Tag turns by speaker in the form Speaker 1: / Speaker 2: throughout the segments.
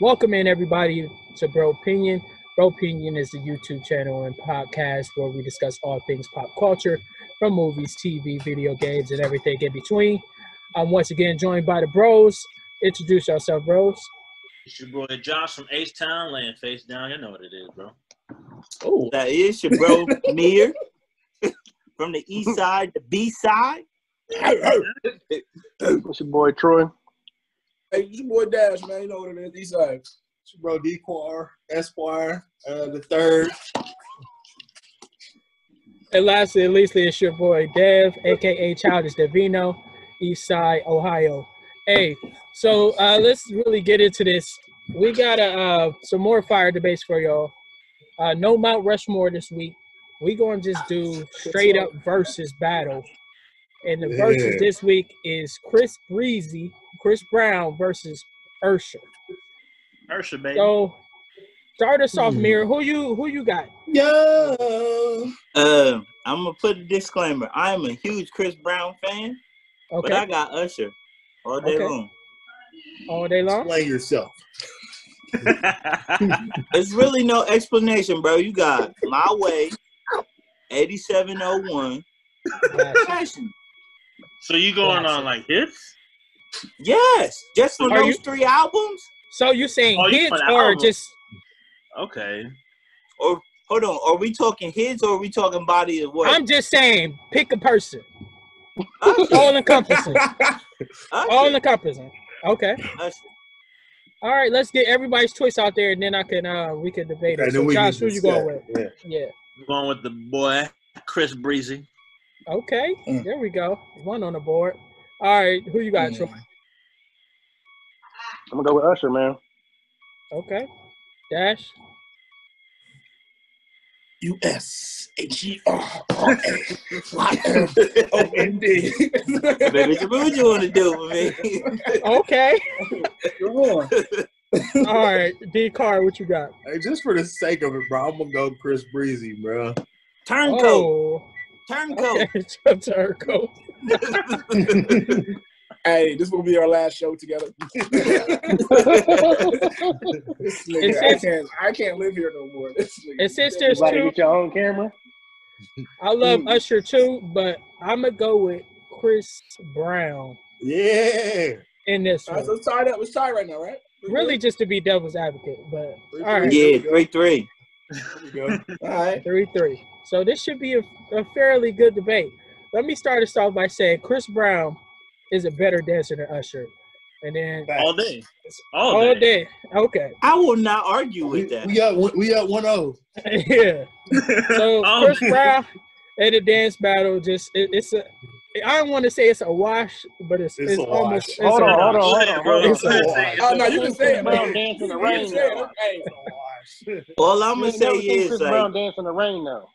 Speaker 1: Welcome in everybody to Bro Opinion. Bro Opinion is the YouTube channel and podcast where we discuss all things pop culture, from movies, TV, video games, and everything in between. I'm once again joined by the Bros. Introduce yourself, Bros.
Speaker 2: It's your boy Josh from H Town, laying face down. You know what it is, bro.
Speaker 1: Oh,
Speaker 3: That is your bro Mir from the east side, the B side.
Speaker 4: It's your boy Troy.
Speaker 5: Hey, it's your boy Dash, man. You know what it is. These are it's your bro Dequar, Esquire, uh, the third.
Speaker 1: and lastly, at least it's your boy Dev, aka Childish Devino, Eastside, Ohio. Hey, so uh, let's really get into this. We got a, uh, some more fire debates for y'all. Uh, no Mount Rushmore this week. We gonna just do straight up versus battle, and the versus
Speaker 5: Yeah.
Speaker 1: this week is Chris Breezy, Chris Brown versus Ursher.
Speaker 2: Ursha, baby.
Speaker 1: So start us
Speaker 3: Hmm.
Speaker 1: off, Mirror. Who you who you got?
Speaker 5: Yo.
Speaker 3: Uh,
Speaker 1: Um,
Speaker 3: I'm gonna put a disclaimer. I am a huge Chris Brown fan, but I
Speaker 1: Okay,
Speaker 3: got Usher all day
Speaker 1: Okay.
Speaker 3: long.
Speaker 1: all day long.
Speaker 5: Explain yourself.
Speaker 3: There's really no explanation, bro. You got my way, 8701. Passion.
Speaker 2: so you going on like hits?
Speaker 3: Yes, just for
Speaker 1: Are
Speaker 3: those
Speaker 1: you-
Speaker 3: three albums.
Speaker 1: So you saying
Speaker 2: Oh, you
Speaker 1: hits
Speaker 2: put an
Speaker 1: or
Speaker 2: album.
Speaker 1: just
Speaker 2: Okay.
Speaker 3: Or hold on, are we talking his or are we talking body of work?
Speaker 1: I'm just saying, pick a person.
Speaker 3: Usher,
Speaker 1: All encompassing. All
Speaker 3: Usher,
Speaker 1: encompassing. Okay.
Speaker 3: Usher.
Speaker 1: All right, let's get everybody's choice out there and then I can uh we can debate
Speaker 5: Okay,
Speaker 1: it. So
Speaker 5: we
Speaker 1: Josh, who
Speaker 5: need to
Speaker 1: you going with?
Speaker 5: set. Yeah.
Speaker 1: Yeah.
Speaker 2: I'm going with the boy Chris Breezy.
Speaker 1: Okay.
Speaker 5: Mm.
Speaker 1: There we go. One on the board. All right, who you got,
Speaker 5: Mm.
Speaker 1: Troy?
Speaker 4: I'm gonna go with Usher, man.
Speaker 1: Okay. Dash.
Speaker 5: U S H E R R A Y M O N D.
Speaker 3: Baby, what you want to do for me?
Speaker 1: Okay.
Speaker 5: Come on.
Speaker 1: All right. D car, what you got?
Speaker 5: Hey, just for the sake of it, bro, I'm gonna go Chris Breezy, bro.
Speaker 3: Turncoat,
Speaker 1: Oh,
Speaker 3: turncoat.
Speaker 1: okay. Jump to her coat.
Speaker 5: hey, this will be our last show together. This nigga,
Speaker 1: It's-
Speaker 5: I can't, I can't live here no more. This nigga-
Speaker 1: And since there's two
Speaker 4: Everybody get your own camera.
Speaker 1: I love
Speaker 5: Mm.
Speaker 1: Usher too, but I'm gonna go with Chris Brown
Speaker 5: yeah.
Speaker 1: in this
Speaker 5: All right,
Speaker 1: one.
Speaker 5: so sorry that was tied right now, right? We good?
Speaker 1: Really, just to be devil's advocate, but
Speaker 5: We
Speaker 1: all right,
Speaker 5: good?
Speaker 3: Yeah, three three.
Speaker 5: There we go. All right.
Speaker 1: three three. So this should be a, a fairly good debate. Let me start us off by saying Chris Brown is a better dancer than Usher, and then
Speaker 2: All day.
Speaker 5: Oh,
Speaker 2: All,
Speaker 1: all
Speaker 2: day.
Speaker 1: day, okay,
Speaker 3: I will not argue
Speaker 5: We,
Speaker 3: with that.
Speaker 5: we up, we up one oh. zero.
Speaker 1: yeah. So
Speaker 5: Oh,
Speaker 2: All
Speaker 1: Chris
Speaker 2: day.
Speaker 1: Brown and the dance battle, just it, it's a. I don't want to say it's a wash, but it's
Speaker 5: It's
Speaker 1: it's,
Speaker 5: a wash.
Speaker 1: almost it's
Speaker 4: Hold
Speaker 1: a wash.
Speaker 4: on, hold on,
Speaker 2: Go
Speaker 4: hold
Speaker 2: ahead,
Speaker 4: on,
Speaker 2: bro.
Speaker 4: hold on.
Speaker 2: Go ahead.
Speaker 5: Oh no, you can say it,
Speaker 4: Brown
Speaker 5: man.
Speaker 4: dance in the
Speaker 5: You can
Speaker 4: rain.
Speaker 5: say
Speaker 4: Now.
Speaker 5: it. Hey, oh,
Speaker 3: All I'm
Speaker 4: You
Speaker 3: gonna
Speaker 4: ain't
Speaker 3: say
Speaker 4: never seen
Speaker 3: is
Speaker 4: Chris
Speaker 3: like
Speaker 4: Brown dance in the rain now.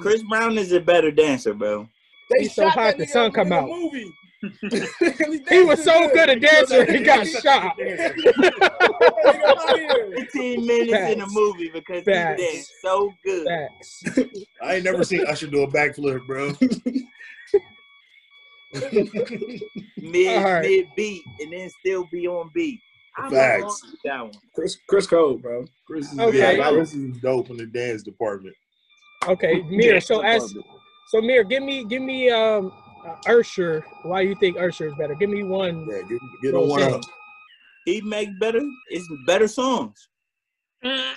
Speaker 3: Chris Brown is a better dancer, bro.
Speaker 5: they
Speaker 1: He's so
Speaker 5: shot
Speaker 1: hot,
Speaker 5: that
Speaker 1: the
Speaker 5: nigga
Speaker 1: sun
Speaker 5: in
Speaker 1: come out.
Speaker 5: Movie.
Speaker 1: He was so good a dancer, he got shot.
Speaker 3: Fifteen minutes in the
Speaker 1: Facts.
Speaker 3: movie because he
Speaker 1: Facts.
Speaker 3: danced so good.
Speaker 1: Facts.
Speaker 5: I ain't never seen Usher do a backflip, bro.
Speaker 3: Mid
Speaker 1: Alright.
Speaker 3: mid beat and then still be on beat. I'm
Speaker 5: Facts.
Speaker 3: along with that one.
Speaker 5: Chris, Chris Cole, bro. Chris is,
Speaker 3: Oh,
Speaker 1: Okay.
Speaker 5: yeah, Chris is dope in the dance department.
Speaker 1: Okay, Mir. So as so Mir, give me give me um uh, Ursher. Why you think Ursher is better? Give me one.
Speaker 5: Yeah, get, get on one oh. up.
Speaker 3: He make better it's better songs.
Speaker 2: Mm.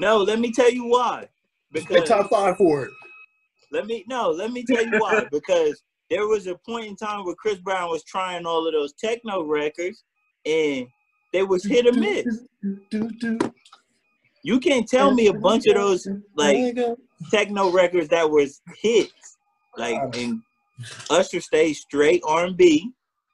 Speaker 3: No, let me tell you why.
Speaker 5: Pick
Speaker 3: Because
Speaker 5: top five for it.
Speaker 3: Let me no, let me tell you why. because there was a point in time where Chris Brown was trying all of those techno records and they was hit or miss. You can't tell me a bunch of those like techno records that was hits. Like and Usher stayed straight R and B.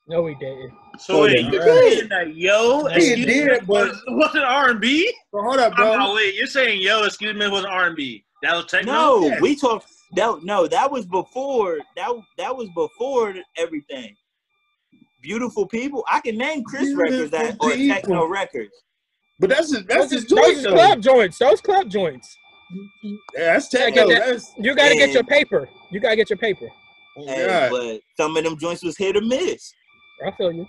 Speaker 1: No, he didn't.
Speaker 2: So wait,
Speaker 5: All
Speaker 2: you're
Speaker 5: right.
Speaker 2: saying that yo,
Speaker 1: He
Speaker 2: excuse
Speaker 5: did,
Speaker 2: me,
Speaker 5: but-
Speaker 2: was- was it R and B?
Speaker 5: So hold up, bro.
Speaker 2: No, wait, you're saying yo, excuse me, was R and B? That was techno.
Speaker 3: No,
Speaker 5: yeah.
Speaker 3: we talked that no, that was before that that was before everything. Beautiful people. I can name Chris records that
Speaker 5: Beautiful
Speaker 3: are techno
Speaker 5: people.
Speaker 3: records.
Speaker 5: But that's his, that's
Speaker 1: Those,
Speaker 5: his
Speaker 1: is- those
Speaker 5: joint
Speaker 1: is
Speaker 5: though.
Speaker 1: club joints. Those club joints.
Speaker 5: Yeah, that's
Speaker 1: Yeah,
Speaker 5: techno.
Speaker 1: get that-
Speaker 5: That's
Speaker 1: You gotta get
Speaker 3: And-
Speaker 1: your paper. You gotta get your paper.
Speaker 5: oh,
Speaker 3: Hey,
Speaker 5: God.
Speaker 3: but some of them joints was hit or miss.
Speaker 1: I feel you.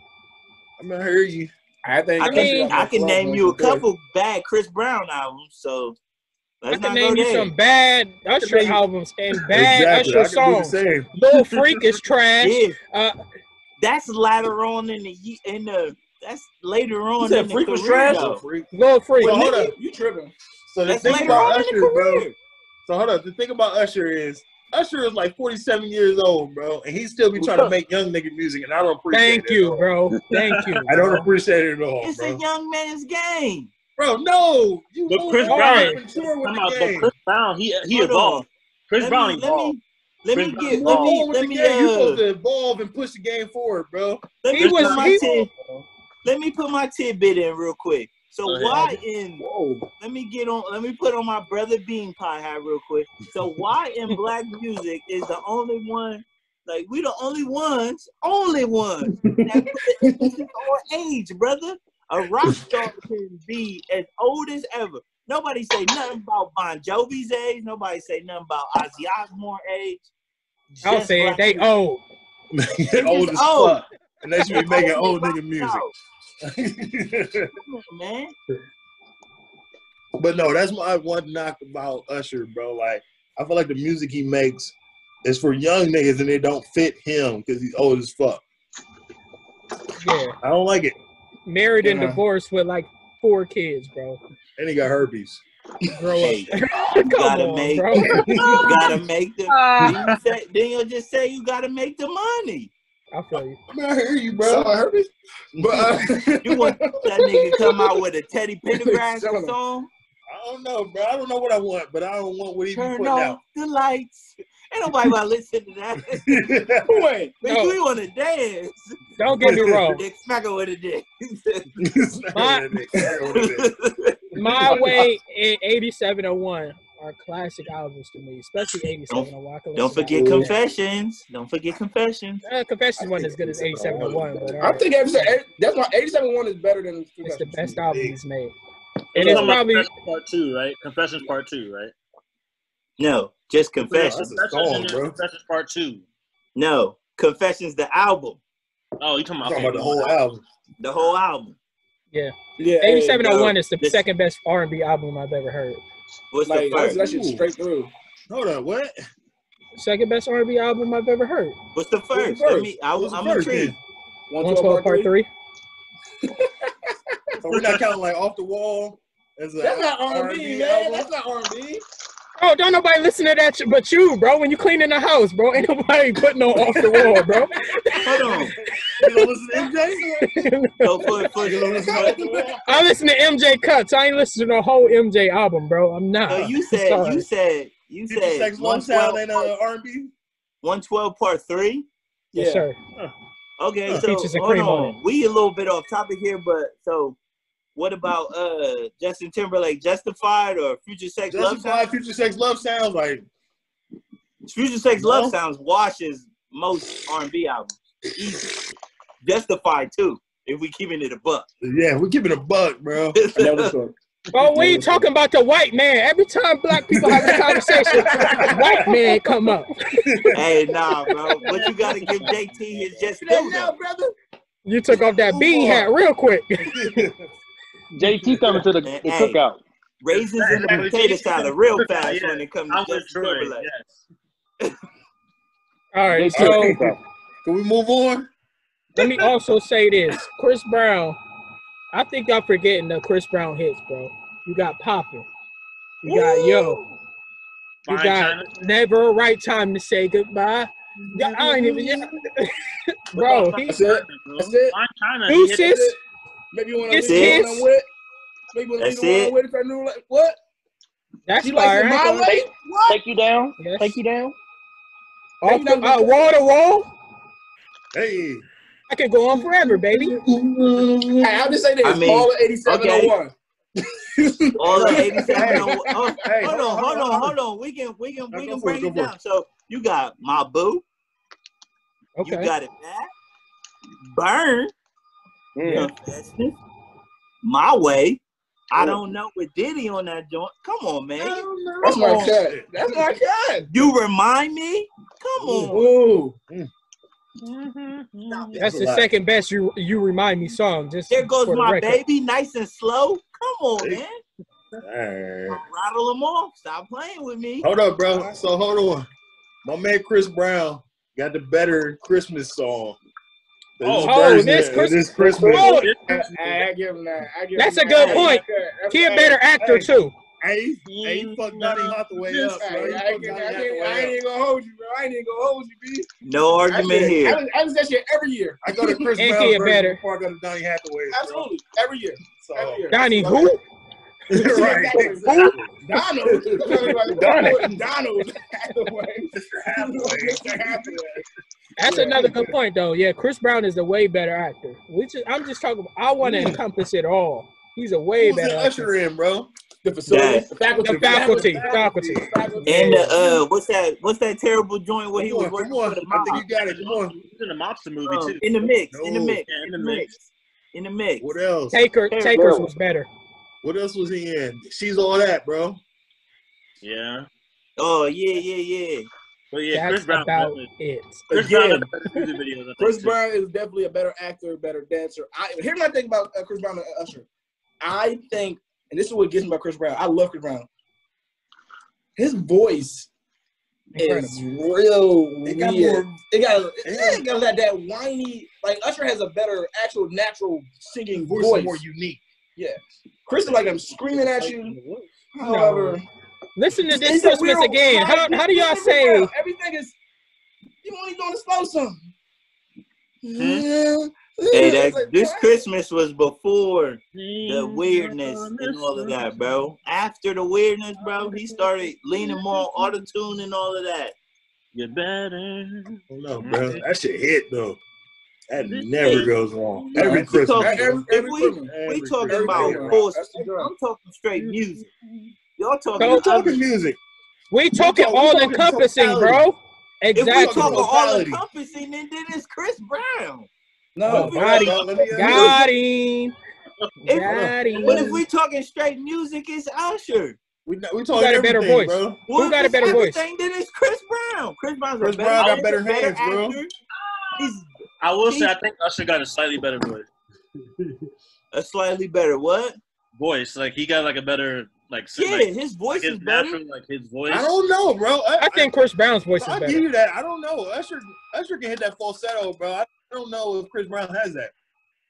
Speaker 5: I'm gonna hear you. I think
Speaker 3: I
Speaker 5: Chris
Speaker 1: mean-
Speaker 5: Brown
Speaker 3: can, I can
Speaker 5: was
Speaker 3: name
Speaker 5: one
Speaker 3: you a
Speaker 5: of the best.
Speaker 3: couple bad Chris Brown albums, so
Speaker 1: I
Speaker 3: let's
Speaker 1: can
Speaker 3: not
Speaker 1: name
Speaker 3: go
Speaker 1: you
Speaker 3: there.
Speaker 1: some bad Usher
Speaker 5: name-
Speaker 1: albums and bad Usher
Speaker 5: exactly. I can do the
Speaker 1: songs.
Speaker 5: same.
Speaker 1: Lil Freak is trash.
Speaker 3: Yeah,
Speaker 1: Uh,
Speaker 3: that's later on in the ye- in the that's later on
Speaker 6: said
Speaker 3: in the
Speaker 6: Freak
Speaker 3: career.
Speaker 6: was trash?
Speaker 3: though.
Speaker 1: Lil Freak.
Speaker 5: Wait, hold
Speaker 3: nigga-
Speaker 5: up. You tripping. So the
Speaker 3: That's
Speaker 5: thing
Speaker 3: later
Speaker 5: about
Speaker 3: on in
Speaker 5: Usher,
Speaker 3: the
Speaker 5: bro.
Speaker 3: career.
Speaker 5: So hold up. The thing about Usher is Usher is like 47 years old, bro, and he still be trying to make young nigga music, and I don't appreciate it.
Speaker 1: Thank
Speaker 5: at
Speaker 1: you,
Speaker 5: all.
Speaker 1: bro. Thank you.
Speaker 5: I don't appreciate it at all,
Speaker 3: It's a
Speaker 5: bro.
Speaker 3: young man's game.
Speaker 5: Bro, no. You
Speaker 2: But
Speaker 5: know
Speaker 2: Chris
Speaker 5: you're
Speaker 1: Brown-
Speaker 5: mature with
Speaker 2: Come
Speaker 5: the
Speaker 2: out, but
Speaker 5: game.
Speaker 2: Chris Brown, he he
Speaker 3: Hold
Speaker 2: evolved.
Speaker 3: on.
Speaker 2: Chris
Speaker 3: Let
Speaker 2: Brown
Speaker 3: me, let
Speaker 2: evolved.
Speaker 3: me let me
Speaker 2: Chris
Speaker 3: get
Speaker 5: Go
Speaker 3: let
Speaker 5: on
Speaker 3: me
Speaker 5: with
Speaker 3: let
Speaker 5: the
Speaker 3: me
Speaker 5: game. You're supposed
Speaker 3: uh,
Speaker 5: to evolve and push the game forward, bro.
Speaker 3: let
Speaker 1: He
Speaker 3: me
Speaker 1: was-
Speaker 3: put my
Speaker 1: he-
Speaker 3: tid- let me put my tidbit in real quick. So
Speaker 2: Go ahead.
Speaker 3: why in
Speaker 5: Whoa.
Speaker 3: let me get on let me put on my brother bean pie hat real quick so why in black music is the only one like we the only ones only ones that put the emphasis on age brother a rock star can be as old as ever nobody say nothing about bon jovi's age nobody say nothing about ozzy osbourne age
Speaker 1: I'll
Speaker 3: Just
Speaker 1: say it.
Speaker 3: Black
Speaker 1: They
Speaker 3: music.
Speaker 1: old.
Speaker 5: old as
Speaker 3: old.
Speaker 5: fuck. Unless you be making old nigga
Speaker 3: No,
Speaker 5: music.
Speaker 3: come on, man
Speaker 5: But no, that's my one knock about Usher, bro. Like, I feel like the music he makes is for young niggas and it don't fit him because he's old as fuck.
Speaker 1: Yeah.
Speaker 5: I don't like it.
Speaker 1: Married and
Speaker 5: Yeah.
Speaker 1: divorced with like four kids, bro.
Speaker 5: And he got herpes.
Speaker 1: Grow up.
Speaker 3: Hey,
Speaker 1: Come
Speaker 3: gotta
Speaker 1: on,
Speaker 3: make-
Speaker 1: bro.
Speaker 3: you gotta make the then you say- then you'll just say you gotta make the money
Speaker 1: I feel you.
Speaker 5: I mean, I hear you, bro. herpes? But uh, I,
Speaker 3: You want that nigga come out with a Teddy Pendergrass
Speaker 5: Selling 'em.
Speaker 3: song?
Speaker 5: I don't know, bro. I don't know what I want, but I don't want what he be
Speaker 3: Turn
Speaker 5: putting
Speaker 3: off
Speaker 5: out.
Speaker 3: the lights. Ain't nobody about to listen to that.
Speaker 5: Wait.
Speaker 3: Bitch, we want to dance.
Speaker 1: Don't get me wrong.
Speaker 3: Dick smack her with a dick.
Speaker 1: My- My Way and 8701 are classic albums to me, especially 8701. I can
Speaker 3: Don't
Speaker 1: listen to
Speaker 3: forget
Speaker 1: that.
Speaker 3: confessions. Don't forget confessions.
Speaker 1: Uh, Confessions wasn't as good as 8701, but
Speaker 6: I'm
Speaker 1: uh,
Speaker 6: thinking every- that's why 87 one is better than
Speaker 1: it's the best album he's made.
Speaker 2: We're
Speaker 1: And it's
Speaker 2: talking about
Speaker 1: probably
Speaker 2: Confessions part two, right? Confessions part two, right?
Speaker 3: No, just confessions.
Speaker 5: That's a song,
Speaker 2: Confessions,
Speaker 5: bro.
Speaker 2: Confessions part two.
Speaker 3: No, confessions. The album,
Speaker 2: Oh, you talking about,
Speaker 5: Talking about the whole album.
Speaker 3: the whole album.
Speaker 6: Yeah, hey,
Speaker 1: 8701 is the
Speaker 3: this-
Speaker 1: second best R&B album I've ever heard.
Speaker 3: What's the
Speaker 6: Like that's,
Speaker 3: first?
Speaker 6: that shit straight through.
Speaker 5: Hold on, what?
Speaker 1: Second best R&B album I've ever heard.
Speaker 3: What's the first?
Speaker 5: the
Speaker 3: Let
Speaker 5: first?
Speaker 3: me. I,
Speaker 5: What's the
Speaker 3: I'm
Speaker 5: first
Speaker 3: intrigued.
Speaker 5: then?
Speaker 1: 112
Speaker 6: 112
Speaker 1: Part 3.
Speaker 5: So we're not counting like off the wall as a
Speaker 6: That's not
Speaker 5: R&B
Speaker 6: R&B, man.
Speaker 5: album?
Speaker 6: That's not R&B.
Speaker 1: Oh, don't nobody listen to that sh- but you, bro. When you cleaning the house, bro, ain't nobody putting on off the wall, bro.
Speaker 3: Hold on.
Speaker 5: You don't listen to MJ?
Speaker 3: So for, for,
Speaker 5: You don't listen to
Speaker 3: for-
Speaker 5: Off the Wall?
Speaker 1: I listen to MJ cuts. I ain't listening to the whole MJ album, bro. I'm not.
Speaker 3: So you said
Speaker 1: Sorry.
Speaker 3: you said you
Speaker 5: Future
Speaker 3: said
Speaker 5: Sex Love Sound
Speaker 3: 112,
Speaker 5: ain't uh, R&B?
Speaker 3: one twelve part three.
Speaker 6: Yeah.
Speaker 1: Yes, sir.
Speaker 3: Okay,
Speaker 5: Huh.
Speaker 3: so
Speaker 1: Peaches and
Speaker 3: hold
Speaker 1: cream on
Speaker 3: on. We a little bit off topic here, but so what about uh Justin Timberlake, Justified or Future Sex Love
Speaker 5: Justify
Speaker 3: Sounds?
Speaker 5: Future Sex Love Sounds like
Speaker 3: Future Sex Love
Speaker 5: No.
Speaker 3: Sounds washes most R and B albums. Easy. Justified too, if we keeping it a buck.
Speaker 5: yeah, we're giving a buck, bro.
Speaker 6: I never saw it.
Speaker 1: Bro, Oh, we ain't talking about the white man. Every time black people have a conversation, white man come up.
Speaker 3: hey, nah, bro. But you gotta give JT his just due, though.
Speaker 6: brother.
Speaker 1: You took off that bean hat real quick.
Speaker 4: JT coming to the, the
Speaker 3: Hey.
Speaker 4: cookout.
Speaker 3: Raisins in the potato salad real fast when it comes
Speaker 2: I'm
Speaker 3: to
Speaker 2: with
Speaker 3: Justin
Speaker 2: Troy.
Speaker 3: Timberlake.
Speaker 2: Yes.
Speaker 1: All right,
Speaker 4: JT at
Speaker 1: so
Speaker 4: the cookout.
Speaker 5: Can we move on?
Speaker 1: let me also say this: Chris Brown. I think y'all forgetting the Chris Brown hits, bro. You got poppin'. You got yo. You
Speaker 2: Fine
Speaker 1: got
Speaker 2: China.
Speaker 1: never a right time to say goodbye. Yeah, I ain't even. Yeah. bro, he,
Speaker 6: That's it. That's it.
Speaker 2: Fine China. he hit
Speaker 1: deuces.
Speaker 6: Maybe when I
Speaker 1: This
Speaker 6: leave the one
Speaker 1: is-
Speaker 6: I'm with. Maybe when I leave
Speaker 3: That's
Speaker 6: the one
Speaker 3: it.
Speaker 6: I'm with if I knew like what?
Speaker 1: That's
Speaker 6: She likes
Speaker 1: fire.
Speaker 6: it my
Speaker 1: Off
Speaker 6: way? What?
Speaker 4: Take you down.
Speaker 1: Yes.
Speaker 4: Take you down.
Speaker 1: the, uh, wall to wall.
Speaker 5: Hey,
Speaker 1: I could go on forever, baby.
Speaker 6: Hey, I'll just say this. oh
Speaker 3: I mean,
Speaker 6: all of 8701.
Speaker 3: All the 87. oh, oh,
Speaker 5: Hey,
Speaker 3: hold on, hold on,
Speaker 5: hold
Speaker 3: hold on. We can, we can,
Speaker 5: Now
Speaker 3: we
Speaker 5: go
Speaker 3: can
Speaker 5: for it,
Speaker 3: break
Speaker 5: go
Speaker 3: it
Speaker 5: for it.
Speaker 3: down. So you got my boo. You
Speaker 1: Okay.
Speaker 3: got it back. Burn.
Speaker 4: Yeah.
Speaker 3: Confession. My way. I don't know with Diddy on that joint. Come on, man.
Speaker 6: That's my
Speaker 5: on.
Speaker 6: cat. That's my cat.
Speaker 3: You remind me. Come on.
Speaker 6: Ooh.
Speaker 1: That's the
Speaker 5: Right.
Speaker 1: second best you you remind me song. Just
Speaker 3: There goes
Speaker 1: for the
Speaker 3: my
Speaker 1: record.
Speaker 3: baby, nice and slow. Come on, man.
Speaker 5: Alright.
Speaker 3: Rattle them off. Stop playing with me.
Speaker 5: Hold up, bro. So hold on. My man Chris Brown got the better Christmas song.
Speaker 2: Oh,
Speaker 1: oh, this
Speaker 5: Thursday,
Speaker 1: Christ-
Speaker 5: this Christmas.
Speaker 1: Bro,
Speaker 6: Hey, I give him that. I give
Speaker 1: That's
Speaker 6: him
Speaker 1: a
Speaker 6: that.
Speaker 1: good point. He a better actor too.
Speaker 5: Hey, he- hey, he fucked Donny
Speaker 2: Mm-hmm.
Speaker 5: Hathaway up,
Speaker 6: Hey,
Speaker 5: bro. He
Speaker 6: I, ain't
Speaker 5: fucked
Speaker 6: gonna-
Speaker 5: Donny
Speaker 6: I, ain't, I
Speaker 5: Hathaway up.
Speaker 6: ain't gonna hold you, bro. I ain't gonna hold you, B.
Speaker 3: No argument
Speaker 6: I,
Speaker 3: here.
Speaker 6: was, I was that shit every year.
Speaker 5: I go to Chris
Speaker 1: And he
Speaker 5: Brown
Speaker 1: a
Speaker 5: version
Speaker 1: better-
Speaker 5: before I go to Donny Hathaway. Bro.
Speaker 6: Absolutely, every year.
Speaker 5: So,
Speaker 6: Every year.
Speaker 1: Donnie who?
Speaker 5: right.
Speaker 6: Who? Donald. Donald. Donald.
Speaker 1: That's
Speaker 6: Yeah.
Speaker 1: another good point though. Yeah, Chris Brown is a way better actor. We just I'm just talking. About, I want to encompass it all. He's a way
Speaker 5: Who's
Speaker 1: better
Speaker 5: the
Speaker 1: actor.
Speaker 5: usher in, bro?
Speaker 6: The facility.
Speaker 3: Yes.
Speaker 6: The faculty.
Speaker 1: The faculty, faculty.
Speaker 3: And the, uh, what's that? What's that terrible joint where he
Speaker 5: Come
Speaker 3: was
Speaker 5: on,
Speaker 3: working
Speaker 5: come
Speaker 3: for
Speaker 5: on.
Speaker 3: the
Speaker 5: I
Speaker 3: mob?
Speaker 5: think you got it. Come on.
Speaker 2: He's in the mobster movie
Speaker 3: Um,
Speaker 2: too.
Speaker 3: in the mix, in the
Speaker 5: No.
Speaker 3: mix,
Speaker 2: Yeah,
Speaker 3: in the mix, in the mix.
Speaker 5: What else?
Speaker 1: Taker, Takers was better.
Speaker 5: What else was he in? She's all that, bro.
Speaker 2: Yeah.
Speaker 3: Oh yeah, yeah, yeah.
Speaker 2: But yeah, Chris
Speaker 1: That's
Speaker 2: Brown.
Speaker 1: about it.
Speaker 2: Chris Brown
Speaker 5: Again,
Speaker 2: had better music videos. I think,
Speaker 6: Chris
Speaker 2: too.
Speaker 6: Brown is definitely a better actor, better dancer. I here's my thing about uh, Chris Brown and Usher. I think, and this is what gets me about Chris Brown. I love Chris Brown. His voice
Speaker 1: Incredible.
Speaker 6: is real
Speaker 5: It
Speaker 6: weird.
Speaker 5: got more-
Speaker 6: it got, it,
Speaker 5: Yeah.
Speaker 6: ain't got that, that whiny. Like Usher has a better actual natural singing
Speaker 5: voice
Speaker 6: voice.
Speaker 5: is more
Speaker 6: unique. Yeah, Chris is like I'm screaming at you. However,
Speaker 1: Listen to this
Speaker 6: It's a
Speaker 1: Christmas
Speaker 6: weird-
Speaker 1: again. How, how do y'all
Speaker 6: Chris
Speaker 1: say?
Speaker 6: Brown, everything is? You only doing the slow song.
Speaker 3: Hmm? Hey,
Speaker 6: It's
Speaker 3: that
Speaker 6: like,
Speaker 3: this
Speaker 6: what?
Speaker 3: Christmas was before the weirdness and all of that, bro. After the weirdness, bro, he started leaning more on auto tune and all of that.
Speaker 2: You better.
Speaker 5: I don't know, bro. That shit hit though. That never goes wrong. Every
Speaker 3: If we
Speaker 5: Christmas.
Speaker 3: talking-
Speaker 5: bro.
Speaker 3: if
Speaker 6: every
Speaker 3: we-
Speaker 6: Christmas.
Speaker 5: Every
Speaker 3: We talking
Speaker 5: Christmas.
Speaker 3: about
Speaker 5: Every-
Speaker 3: full.
Speaker 6: That's the drug.
Speaker 3: I'm talking straight music. Y'all
Speaker 1: Don't
Speaker 3: talking.
Speaker 5: We're
Speaker 3: other-
Speaker 5: talking music.
Speaker 1: We talking
Speaker 5: talk- we
Speaker 1: all
Speaker 5: talking
Speaker 1: encompassing, bro.
Speaker 5: totality.
Speaker 3: If
Speaker 1: Exactly.
Speaker 3: we talking all
Speaker 5: Totality.
Speaker 3: encompassing, then then it's Chris Brown.
Speaker 6: No,
Speaker 1: Oh, Body.
Speaker 5: Hold on, let me- let me-
Speaker 1: Got him.
Speaker 3: If-
Speaker 1: Got him.
Speaker 3: But if we talking straight music, it's Usher.
Speaker 5: We, we talking
Speaker 1: got a better
Speaker 5: everything,
Speaker 1: voice?
Speaker 5: bro.
Speaker 1: Who got a better voice?
Speaker 3: Thing then it's Chris Brown. Chris Brown's
Speaker 5: Chris
Speaker 3: a better,
Speaker 5: Brown got
Speaker 3: he's
Speaker 5: better
Speaker 3: a
Speaker 5: hands, bro.
Speaker 3: actor. He's
Speaker 2: I will say I think Usher got a slightly better voice.
Speaker 3: a slightly better what?
Speaker 2: Voice like he got like a better like s-
Speaker 3: Yeah,
Speaker 2: like,
Speaker 3: his voice
Speaker 2: his
Speaker 3: is better.
Speaker 2: natural like his voice.
Speaker 5: I don't know, bro.
Speaker 1: I think Chris Brown's voice
Speaker 5: I,
Speaker 1: is
Speaker 5: will give
Speaker 1: better.
Speaker 5: you that. I don't know. Usher Usher can hit that falsetto, bro. I don't know if Chris Brown has that.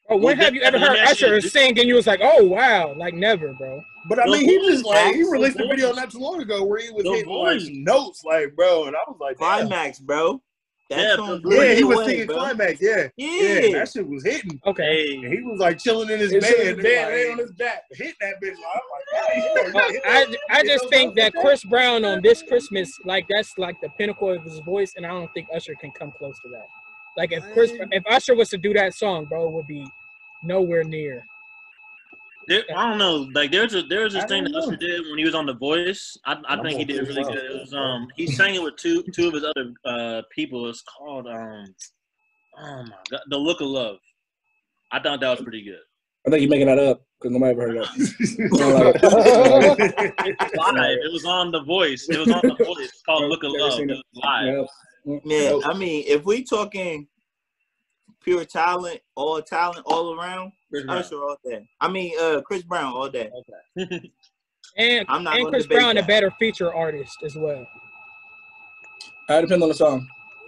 Speaker 1: Oh, when have you ever heard Usher sing and you was like, oh wow, like never, bro.
Speaker 5: But I
Speaker 2: The
Speaker 5: mean, he was
Speaker 2: voice,
Speaker 5: like, he
Speaker 2: Max,
Speaker 5: released
Speaker 2: the
Speaker 5: a video
Speaker 2: voice.
Speaker 5: not too long ago where he was
Speaker 2: The
Speaker 5: hitting like
Speaker 2: voice.
Speaker 5: notes, like bro, and I was like, damn.
Speaker 3: Climax, bro. That
Speaker 2: Yeah,
Speaker 3: song
Speaker 2: but-
Speaker 3: blew
Speaker 5: yeah,
Speaker 3: me
Speaker 5: he was
Speaker 3: away,
Speaker 5: singing
Speaker 3: bro.
Speaker 5: climax, yeah, yeah,
Speaker 3: Yeah.
Speaker 5: that shit was hitting.
Speaker 1: Okay.
Speaker 5: And
Speaker 2: Hey,
Speaker 5: he was like chilling in his
Speaker 6: It's
Speaker 5: bed,
Speaker 6: his
Speaker 5: and
Speaker 6: bed,
Speaker 5: like,
Speaker 6: laying on his back.
Speaker 5: hit that bitch. I'm like,
Speaker 1: Uh, I, I just think that Chris Brown on this Christmas, like that's like the pinnacle of his voice, and I don't think Usher can come close to that. Like if Chris, if Usher was to do that song, bro, it would be nowhere near.
Speaker 2: there, I don't know. Like there's a there's this
Speaker 5: I
Speaker 2: thing
Speaker 5: don't
Speaker 2: that
Speaker 5: know.
Speaker 2: Usher did when he was on The Voice. I, I
Speaker 5: I'm
Speaker 2: think he
Speaker 5: gonna
Speaker 2: did
Speaker 5: piss
Speaker 2: really
Speaker 5: off.
Speaker 2: good. It was um he sang it with two two of his other uh people. It's called um oh my god The Look of Love. I thought that was pretty good.
Speaker 6: I think you're making that up because nobody ever heard that.
Speaker 2: Live. It was on The Voice. It was on The Voice. It's called Look of
Speaker 6: Never
Speaker 2: Love.
Speaker 6: seen
Speaker 2: It
Speaker 6: it.
Speaker 2: was live.
Speaker 3: Yeah, I mean, if we talking pure talent, all talent, all around,
Speaker 2: Chris Brown.
Speaker 3: Usher all day. I mean, uh, Chris Brown all day.
Speaker 1: And
Speaker 3: I'm not
Speaker 1: and
Speaker 3: gonna
Speaker 1: Chris
Speaker 3: debate
Speaker 1: Brown a
Speaker 3: that.
Speaker 1: better feature artist as well.
Speaker 6: It depends on the song.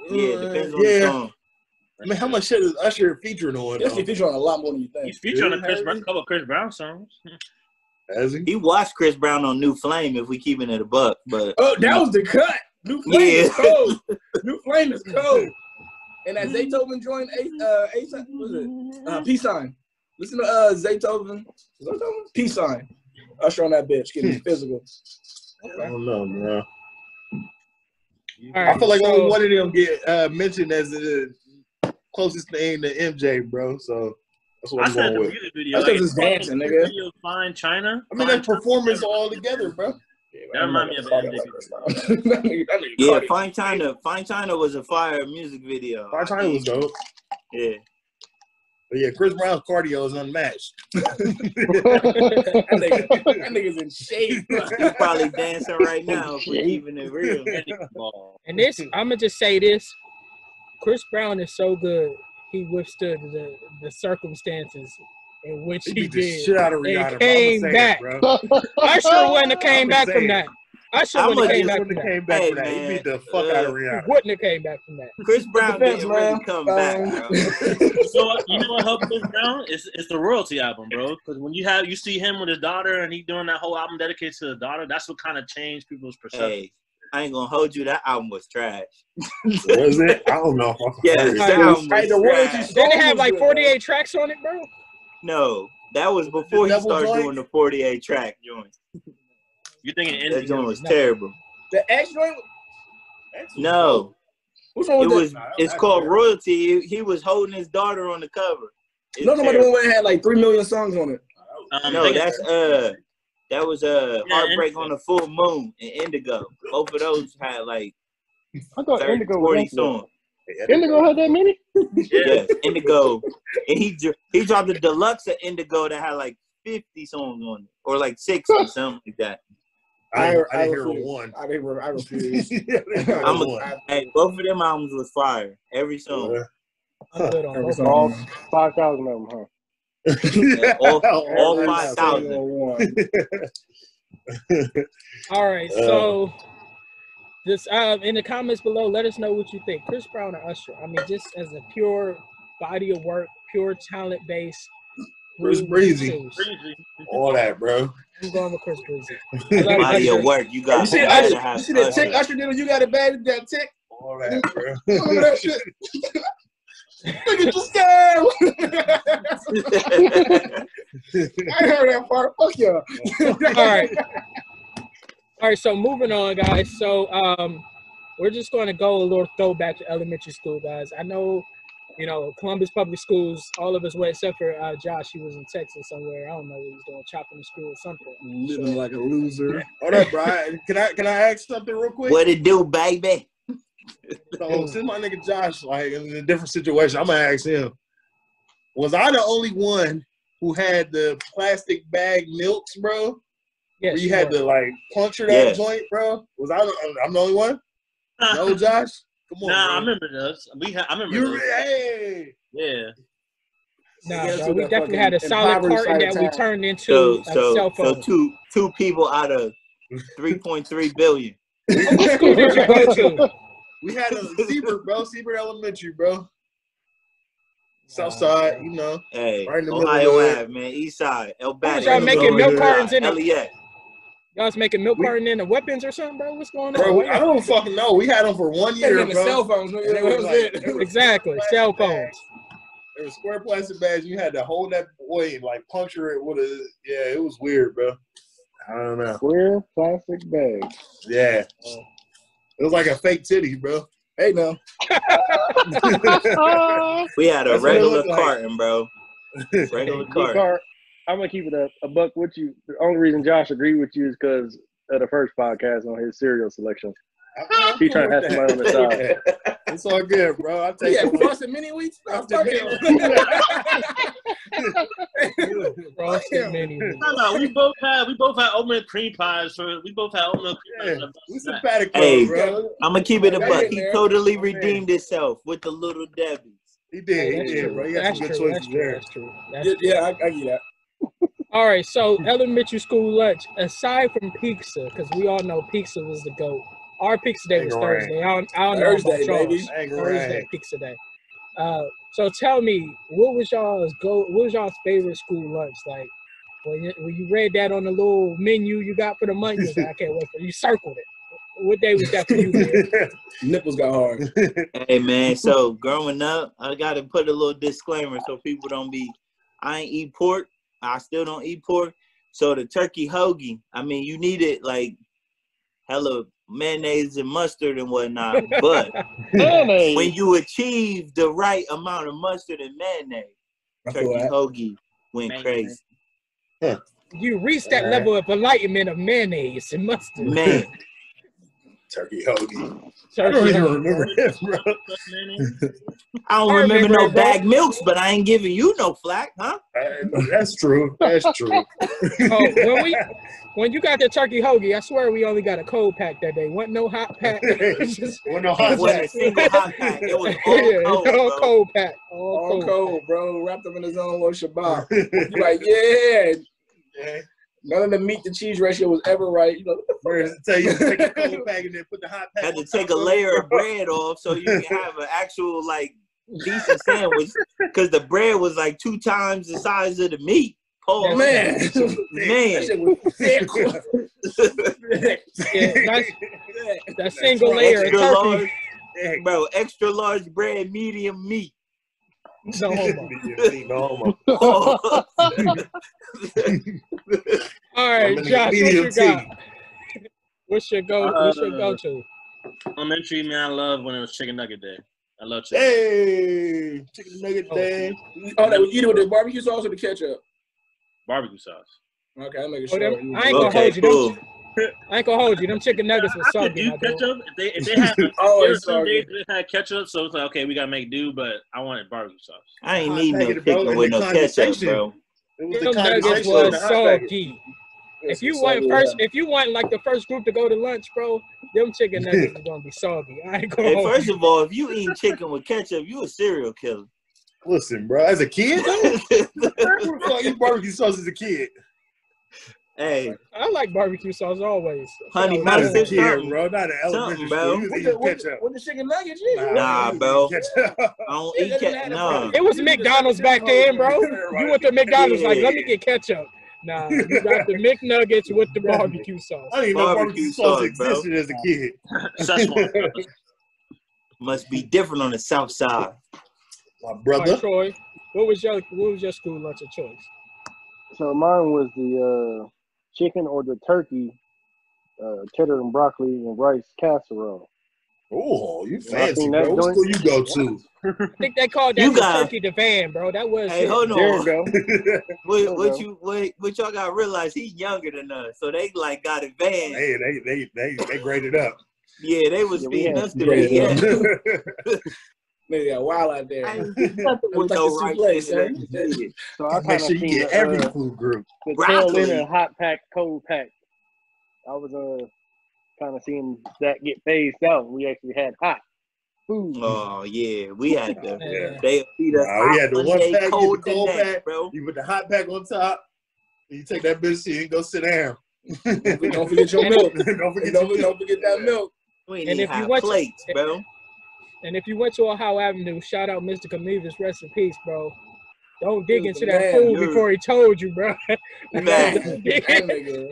Speaker 3: Yeah, depends on the
Speaker 5: Uh, Yeah.
Speaker 3: song.
Speaker 5: I mean, how much shit is Usher featuring on?
Speaker 6: It's
Speaker 5: though?
Speaker 6: featuring a lot more than you think.
Speaker 2: He's featured on a
Speaker 5: Dude,
Speaker 2: Chris Brown,
Speaker 5: Harry.
Speaker 2: couple of Chris Brown songs.
Speaker 5: Has he?
Speaker 3: He watched Chris Brown on New Flame if we keeping it a buck, but
Speaker 6: Oh, that was the cut. New Flame is
Speaker 3: Mm. Yeah.
Speaker 6: cold. New Flame is cold. And that Zaytoven joined A, uh, A, what was it? Uh, Peace sign. Listen to uh, Zaytoven. Is that Zaytoven? Peace sign. Usher on that bitch,
Speaker 3: Hmm.
Speaker 6: getting physical.
Speaker 5: I don't know, bro.
Speaker 1: All
Speaker 5: I
Speaker 1: right,
Speaker 5: feel like
Speaker 1: so-
Speaker 5: only one of them get uh, mentioned as the closest thing to MJ, bro. So that's what
Speaker 2: I
Speaker 5: I'm
Speaker 2: said
Speaker 5: going
Speaker 2: the
Speaker 5: with.
Speaker 2: music video.
Speaker 6: That's
Speaker 2: like,
Speaker 6: just
Speaker 2: it's fucking
Speaker 6: dancing,
Speaker 2: music
Speaker 6: nigga.
Speaker 2: Video, fine China.
Speaker 5: I
Speaker 2: Fine
Speaker 5: mean, that's performance all together, bro.
Speaker 2: That remind me of
Speaker 6: That
Speaker 2: Andy.
Speaker 6: nigga- that nigga
Speaker 3: yeah,
Speaker 6: Cardi.
Speaker 3: Fine China. Fine China was a fire music video.
Speaker 5: My time was dope.
Speaker 3: Yeah.
Speaker 5: But yeah, Chris Brown's cardio is unmatched.
Speaker 6: That nigga- that nigga's in shape. bro.
Speaker 3: He's probably dancing right now if we keeping it real.
Speaker 2: China. Ball.
Speaker 1: And this, I'm gonna just say this: Chris Brown is so good. He withstood the, the circumstances in which
Speaker 5: He
Speaker 1: he
Speaker 5: beat the
Speaker 1: did.
Speaker 5: shit out of
Speaker 1: They
Speaker 5: Rihanna.
Speaker 1: came
Speaker 5: bro. I'ma say
Speaker 1: back.
Speaker 5: It, bro.
Speaker 1: Usher wouldn't have
Speaker 5: I've been
Speaker 1: came back from
Speaker 5: saying
Speaker 1: that.
Speaker 5: it.
Speaker 1: Usher
Speaker 3: I'm
Speaker 1: wouldn't have
Speaker 3: gonna
Speaker 1: came
Speaker 3: give
Speaker 1: back
Speaker 5: Usher
Speaker 1: from that.
Speaker 5: wouldn't have came back
Speaker 3: Hey,
Speaker 5: for that.
Speaker 3: man.
Speaker 5: He beat the fuck out of Rihanna.
Speaker 1: Wouldn't have came back from that.
Speaker 3: Chris Brown
Speaker 6: Depends,
Speaker 3: didn't really
Speaker 6: man.
Speaker 3: come
Speaker 6: Um,
Speaker 3: back,
Speaker 2: You
Speaker 3: bro.
Speaker 2: know what? You know what helped Chris Brown? It's it's the royalty album, bro. Because when you have you see him with his daughter and he doing that whole album dedicated to the daughter, that's what kind of changed people's perception.
Speaker 3: Hey, I ain't gonna hold you. That album was trash.
Speaker 5: Was it? I don't know. If I
Speaker 3: Yeah,
Speaker 5: heard it.
Speaker 3: that album
Speaker 6: Hey,
Speaker 3: was
Speaker 6: the royalty
Speaker 3: trash.
Speaker 1: Didn't it
Speaker 6: song
Speaker 1: have
Speaker 6: was
Speaker 1: like
Speaker 6: good, though.
Speaker 1: 48 tracks on it, bro?
Speaker 3: No, that was before he
Speaker 5: double
Speaker 3: started
Speaker 5: joint?
Speaker 3: doing the 48 track joint.
Speaker 2: You're thinking
Speaker 3: That joint
Speaker 2: indie.
Speaker 3: was terrible.
Speaker 6: The X joint. X was dope.
Speaker 3: No,
Speaker 6: Which one
Speaker 3: it
Speaker 6: was,
Speaker 3: was.
Speaker 6: that?
Speaker 3: It's called royalty. He, he was holding his daughter on the cover. It's
Speaker 6: No, no, but the
Speaker 3: terrible.
Speaker 6: one where it had like three million songs on it.
Speaker 2: Um,
Speaker 3: No,
Speaker 2: thinking-
Speaker 3: that's uh, that was uh,
Speaker 2: Yeah,
Speaker 3: heartbreak on the full moon and Indigo. Both of those had like
Speaker 4: I
Speaker 1: Oh,
Speaker 4: thought
Speaker 3: 30,
Speaker 4: Indigo
Speaker 3: 40
Speaker 4: was
Speaker 3: songs.
Speaker 4: Indigo. Indigo had that many?
Speaker 2: yeah.
Speaker 3: Yes, Indigo. And he dr- he dropped a deluxe of Indigo that had like 50 songs on it, or like 60, something like that.
Speaker 5: I, didn't- I
Speaker 6: I
Speaker 5: didn't hear
Speaker 6: refuse.
Speaker 5: one.
Speaker 6: I didn't. re- I refuse.
Speaker 5: Yeah, I didn't hear
Speaker 3: I'm a-
Speaker 5: one.
Speaker 3: Hey, both of them albums was fire. Every song.
Speaker 1: I'm good on
Speaker 6: Every
Speaker 1: both of
Speaker 6: song.
Speaker 1: them.
Speaker 4: All five thousand of them, huh?
Speaker 5: Yeah,
Speaker 3: all- all
Speaker 5: I
Speaker 6: Every
Speaker 3: five
Speaker 5: know.
Speaker 3: thousand.
Speaker 6: single one.
Speaker 1: All right,
Speaker 5: Uh,
Speaker 1: so this um in the comments below, let us know what you think. Chris Brown or Usher? I mean, just as a pure body of work, pure talent base. who
Speaker 5: Chris
Speaker 1: would you
Speaker 5: Breezy.
Speaker 1: choose?
Speaker 5: All that, bro.
Speaker 1: I'm going with Chris Breezy. I love
Speaker 3: Body
Speaker 1: Usher.
Speaker 3: of work. You
Speaker 6: You
Speaker 3: got
Speaker 6: see,
Speaker 3: you
Speaker 6: Usher,
Speaker 3: gotta
Speaker 6: you
Speaker 3: have
Speaker 6: see that
Speaker 3: Usher.
Speaker 6: tick Usher did? You got it bad. That tick.
Speaker 5: All that, bro.
Speaker 6: Remember that shit? Look at this guy. I heard that part. Fuck y'all.
Speaker 1: All right. All right, so moving on, guys. So um we're just going to go a little throwback to elementary school, guys. I know, you know, Columbus Public Schools, all of us went, except for uh, Josh. He was in Texas somewhere. I don't know what he was doing, chopping the screw or something.
Speaker 6: Living like a loser.
Speaker 5: Hold up, bro. I- Can I can I ask something real quick?
Speaker 3: what it do, baby?
Speaker 5: So since my nigga Josh like in a different situation, I'm gonna ask him. Was I the only one who had the plastic bag milks, bro?
Speaker 1: Yes,
Speaker 5: Where you
Speaker 1: you
Speaker 5: had
Speaker 1: were.
Speaker 5: to like puncture that
Speaker 3: Yes.
Speaker 5: joint, bro? Was I? The, I'm the only one? No, Josh. Come on.
Speaker 2: nah, I
Speaker 5: bro.
Speaker 2: remember those. We had. I remember.
Speaker 5: You
Speaker 2: those.
Speaker 5: re- hey.
Speaker 2: Yeah.
Speaker 1: Nah,
Speaker 6: Yeah,
Speaker 1: bro,
Speaker 6: to
Speaker 1: we
Speaker 6: that
Speaker 1: definitely had a
Speaker 6: fucking
Speaker 1: solid
Speaker 6: impoverished
Speaker 1: carton that
Speaker 6: side
Speaker 1: we
Speaker 6: of town.
Speaker 1: turned into
Speaker 3: So
Speaker 1: a cell
Speaker 3: so so
Speaker 1: phone.
Speaker 3: two two people out of 3.3 billion.
Speaker 1: what school did you go to?
Speaker 5: We had a Seabird, bro. Seabird Elementary, bro. Southside, you know.
Speaker 3: Hey,
Speaker 5: Right in the middle
Speaker 3: Ohio
Speaker 5: of it.
Speaker 3: Ave, man, East Side, El
Speaker 1: What was
Speaker 3: Paso,
Speaker 1: y'all
Speaker 5: Right
Speaker 1: making
Speaker 5: over
Speaker 1: milk
Speaker 5: there.
Speaker 1: cartons in the,
Speaker 3: LEX.
Speaker 1: y'all was making milk
Speaker 5: We-
Speaker 1: carton in the weapons or something, bro? What's going on?
Speaker 5: Bro, we- I don't fucking know. We had them for one
Speaker 6: They
Speaker 5: year,
Speaker 6: had the cell
Speaker 5: bro.
Speaker 6: phones. nigga.
Speaker 5: And they
Speaker 6: That
Speaker 5: were
Speaker 6: was
Speaker 5: like-
Speaker 6: it.
Speaker 5: they were
Speaker 1: exactly,
Speaker 5: plastic
Speaker 1: cell
Speaker 5: bags.
Speaker 1: phones.
Speaker 5: There were square plastic bags. You had to hold that boy and like puncture it with a. Yeah, it was weird, bro. I don't know.
Speaker 4: Square plastic bags.
Speaker 5: Yeah, it was like a fake titty, bro.
Speaker 6: Hey, now.
Speaker 3: We had a
Speaker 5: That's what it
Speaker 3: regular
Speaker 5: looked like.
Speaker 3: carton, bro. Regular
Speaker 4: Dick
Speaker 3: carton.
Speaker 4: Hart, I'm gonna keep it up a buck with you. The only reason Josh agreed with you is because of the first podcast on his cereal selection. He trying to have somebody on the side.
Speaker 5: Yeah. It's all good, bro. I take
Speaker 6: Yeah,
Speaker 5: it.
Speaker 6: frosted mini wheats. No,
Speaker 5: Frosted
Speaker 6: fuck
Speaker 5: Mini
Speaker 6: him.
Speaker 1: Frosted
Speaker 6: Damn.
Speaker 1: mini wheat.
Speaker 2: No, no, we both had we both had oatmeal cream pies for we both had oatmeal cream
Speaker 5: Yeah,
Speaker 2: pies.
Speaker 5: we simpatico,
Speaker 3: Hey.
Speaker 5: bro.
Speaker 3: I'm gonna keep it a
Speaker 6: That
Speaker 3: buck.
Speaker 6: in
Speaker 3: He
Speaker 6: there.
Speaker 3: totally
Speaker 5: Oh, man.
Speaker 3: redeemed himself with the little Debbie's.
Speaker 5: He did,
Speaker 1: That's
Speaker 5: he did,
Speaker 1: true.
Speaker 5: bro. He got
Speaker 1: That's
Speaker 5: some good
Speaker 1: true. That's
Speaker 5: choices
Speaker 1: true.
Speaker 5: there.
Speaker 1: That's true. That's
Speaker 6: yeah,
Speaker 1: true.
Speaker 6: yeah, I, I get that.
Speaker 1: All right, so elementary school lunch, aside from pizza, because we all know pizza was the goat. Our pizza day was
Speaker 5: Ain't right.
Speaker 1: Thursday. I don't, I don't know about
Speaker 6: Thursday,
Speaker 1: y'all.
Speaker 6: baby.
Speaker 5: Dang
Speaker 1: Thursday
Speaker 5: right.
Speaker 1: pizza day. Uh, so tell me, what was y'all's go? What was y'all's favorite school lunch like? When you, when you read that on the little menu you got for the month, you was like, I can't wait for you circled it. What day was that for you? man?
Speaker 6: Nipples got hard.
Speaker 3: Hey man, so growing up, I gotta put a little disclaimer so people don't be. I ain't eat pork. I still don't eat pork. So the turkey hoagie, I mean, you need it like hella mayonnaise and mustard and whatnot. But
Speaker 1: Um,
Speaker 3: when
Speaker 4: Mayonnaise.
Speaker 3: you achieve the right amount of mustard and mayonnaise,
Speaker 6: I
Speaker 3: turkey
Speaker 6: feel that.
Speaker 3: hoagie went
Speaker 2: Mayonnaise.
Speaker 3: crazy.
Speaker 1: you reached that
Speaker 5: All right.
Speaker 1: level of enlightenment of mayonnaise and mustard.
Speaker 3: Man,
Speaker 5: Turkey hoagie. I don't even
Speaker 1: Turkey.
Speaker 5: remember that, bro.
Speaker 3: I don't
Speaker 1: I
Speaker 3: remember
Speaker 1: remember
Speaker 3: no
Speaker 1: that.
Speaker 3: bag milks, but I ain't giving you no flack, huh?
Speaker 5: I- that's true. That's true.
Speaker 1: Oh, when we when you got the turkey hoagie, I swear we only got a cold pack that day. Wasn't no hot pack. It was just-
Speaker 5: Well, no,
Speaker 3: It
Speaker 5: hot
Speaker 3: wasn't a
Speaker 5: pack.
Speaker 3: single hot pack. It was
Speaker 1: yeah,
Speaker 3: all
Speaker 1: it's all
Speaker 3: cold. bro.
Speaker 1: cold pack. All,
Speaker 6: All
Speaker 1: cold.
Speaker 6: cold, bro. Wrapped up in his own little shabab. You like, yeah. None of the meat to cheese ratio was ever right. You know,
Speaker 5: Whereas tell you to take a cold pack and then put the hot pack.
Speaker 3: Had to
Speaker 5: on
Speaker 3: take a
Speaker 5: top
Speaker 3: layer of bread off so you can have an actual like decent sandwich because the bread was like two times the size of the meat. Oh man,
Speaker 6: man.
Speaker 3: man.
Speaker 6: that shit was thick.
Speaker 1: Yeah, that's that single
Speaker 5: right.
Speaker 1: layer of
Speaker 3: extra
Speaker 1: turkey.
Speaker 3: large, bro. Extra large bread, medium meat.
Speaker 1: No homo.
Speaker 5: no homo.
Speaker 3: Oh.
Speaker 1: All right,
Speaker 5: I'm in the
Speaker 1: Josh, what
Speaker 5: medium
Speaker 1: you got?
Speaker 5: tea.
Speaker 1: What's your go? what's your
Speaker 2: Uh,
Speaker 1: go to?
Speaker 2: Elementary man, I love when it was chicken nugget day. I love chicken.
Speaker 5: Hey, chicken nugget day.
Speaker 6: oh, they would eat it with the barbecue sauce or the ketchup.
Speaker 2: barbecue sauce.
Speaker 6: Okay, I'm making
Speaker 1: Oh,
Speaker 6: sure.
Speaker 1: them, I ain't gonna
Speaker 3: okay,
Speaker 1: hold you. Them,
Speaker 3: cool.
Speaker 1: I ain't gonna hold you. Them chicken nuggets
Speaker 2: I
Speaker 1: was
Speaker 2: could
Speaker 1: something.
Speaker 2: do
Speaker 1: I think.
Speaker 2: ketchup if they if they had there
Speaker 6: Oh,
Speaker 2: were
Speaker 6: it's
Speaker 2: some days
Speaker 6: sorry.
Speaker 2: they had ketchup, so it's like okay, we gotta make do, but I wanted barbecue sauce.
Speaker 3: I ain't
Speaker 5: Hot
Speaker 3: need no
Speaker 5: packet, bro,
Speaker 3: chicken
Speaker 5: and
Speaker 3: with
Speaker 5: the
Speaker 3: no ketchup,
Speaker 5: condensation.
Speaker 3: bro.
Speaker 5: It was the
Speaker 1: Them nuggets
Speaker 5: condensation of
Speaker 1: was
Speaker 5: the hot packet.
Speaker 1: soggy. If you want first, if you want like the first group to go to lunch, bro, them chicken nuggets is gonna be soggy. I ain't gonna
Speaker 3: Hey,
Speaker 1: hold
Speaker 3: first
Speaker 1: you.
Speaker 3: of all, if you eat chicken with ketchup, you a serial killer.
Speaker 5: Listen, bro, as a kid, though, I fuck eat barbecue sauce as a kid.
Speaker 3: hey,
Speaker 1: I like barbecue sauce always.
Speaker 3: Honey
Speaker 1: Yeah,
Speaker 5: Not
Speaker 1: I
Speaker 5: as a
Speaker 1: like
Speaker 3: mustard.
Speaker 1: it.
Speaker 5: kid, bro. Not an
Speaker 3: Something,
Speaker 5: elementary
Speaker 3: bro.
Speaker 5: school. You was
Speaker 6: With the,
Speaker 5: eating
Speaker 6: with, the,
Speaker 5: ketchup.
Speaker 6: with the chicken nuggets, yeah.
Speaker 3: Nah,
Speaker 5: you was
Speaker 3: bro.
Speaker 5: eating Ketchup.
Speaker 3: I don't
Speaker 6: Yeah,
Speaker 3: eat
Speaker 6: they didn't
Speaker 3: ketchup.
Speaker 6: have
Speaker 3: Nah.
Speaker 6: that
Speaker 1: It was McDonald's back then, bro. You went to McDonald's like, let me get ketchup. Nah, you got the McNuggets with the barbecue sauce.
Speaker 5: I didn't even know barbecue
Speaker 3: Barbecue
Speaker 5: sauce
Speaker 3: sauce, bro.
Speaker 5: existed as a kid.
Speaker 2: Szechuan.
Speaker 3: Must be different on the south side.
Speaker 5: My
Speaker 1: All right,
Speaker 5: brother.
Speaker 1: Troy, what was your what was your school lunch of choice?
Speaker 4: So mine was the uh, chicken or the turkey, uh, cheddar and broccoli and rice casserole.
Speaker 5: Oh, you
Speaker 4: I
Speaker 5: fancy,
Speaker 4: seen that
Speaker 5: bro. What
Speaker 4: joint.
Speaker 5: school you go to?
Speaker 1: I think they called that
Speaker 3: You
Speaker 1: the
Speaker 3: got-
Speaker 1: turkey divan, bro. That was
Speaker 3: Hey,
Speaker 1: it.
Speaker 3: hold
Speaker 4: There you
Speaker 3: on.
Speaker 4: go.
Speaker 3: What, what you what, what y'all gotta realize? He's younger than us, so they like got advanced.
Speaker 5: Hey, they they they they graded up.
Speaker 3: Yeah, they was
Speaker 4: Yeah, we
Speaker 3: feeding
Speaker 4: had-
Speaker 3: us the
Speaker 5: Graded
Speaker 3: BS.
Speaker 5: up.
Speaker 6: Nigga got wild out there.
Speaker 3: I ain't eat nothing with
Speaker 6: Like
Speaker 3: no
Speaker 6: the
Speaker 3: rice
Speaker 6: souffle,
Speaker 3: in it.
Speaker 6: son.
Speaker 3: That's it.
Speaker 4: So I kind
Speaker 5: Make
Speaker 4: of
Speaker 5: sure you
Speaker 4: seen
Speaker 5: get
Speaker 4: the,
Speaker 5: every
Speaker 4: uh,
Speaker 5: food group.
Speaker 4: the tail
Speaker 3: Broccoli.
Speaker 4: end of hot pack, cold pack. I was uh kind of seeing that get phased out. We actually had hot food.
Speaker 3: Oh yeah, we had to.
Speaker 1: Yeah.
Speaker 3: They feed us
Speaker 5: Nah, we
Speaker 3: hot
Speaker 5: had the
Speaker 3: one
Speaker 5: one
Speaker 3: day,
Speaker 5: pack, get the
Speaker 3: cold the
Speaker 5: cold
Speaker 3: next,
Speaker 5: pack.
Speaker 3: bro.
Speaker 5: You put the hot pack on top, and you take that bitch shit and go sit down.
Speaker 6: Don't forget- Don't forget your milk.
Speaker 5: don't
Speaker 6: And
Speaker 5: forget
Speaker 6: Don't,
Speaker 5: your
Speaker 6: don't forget that milk.
Speaker 3: We ain't
Speaker 1: And
Speaker 3: even
Speaker 1: if you
Speaker 3: have
Speaker 1: want to-
Speaker 3: plates, bro.
Speaker 1: And if you went to Ohio Avenue, shout out Mr. Camevis, rest in peace, bro. Don't dig
Speaker 6: Dude,
Speaker 1: into
Speaker 6: the
Speaker 1: that
Speaker 6: man,
Speaker 1: food
Speaker 3: dude.
Speaker 1: before he told you, bro.
Speaker 3: Man,
Speaker 6: That nigga.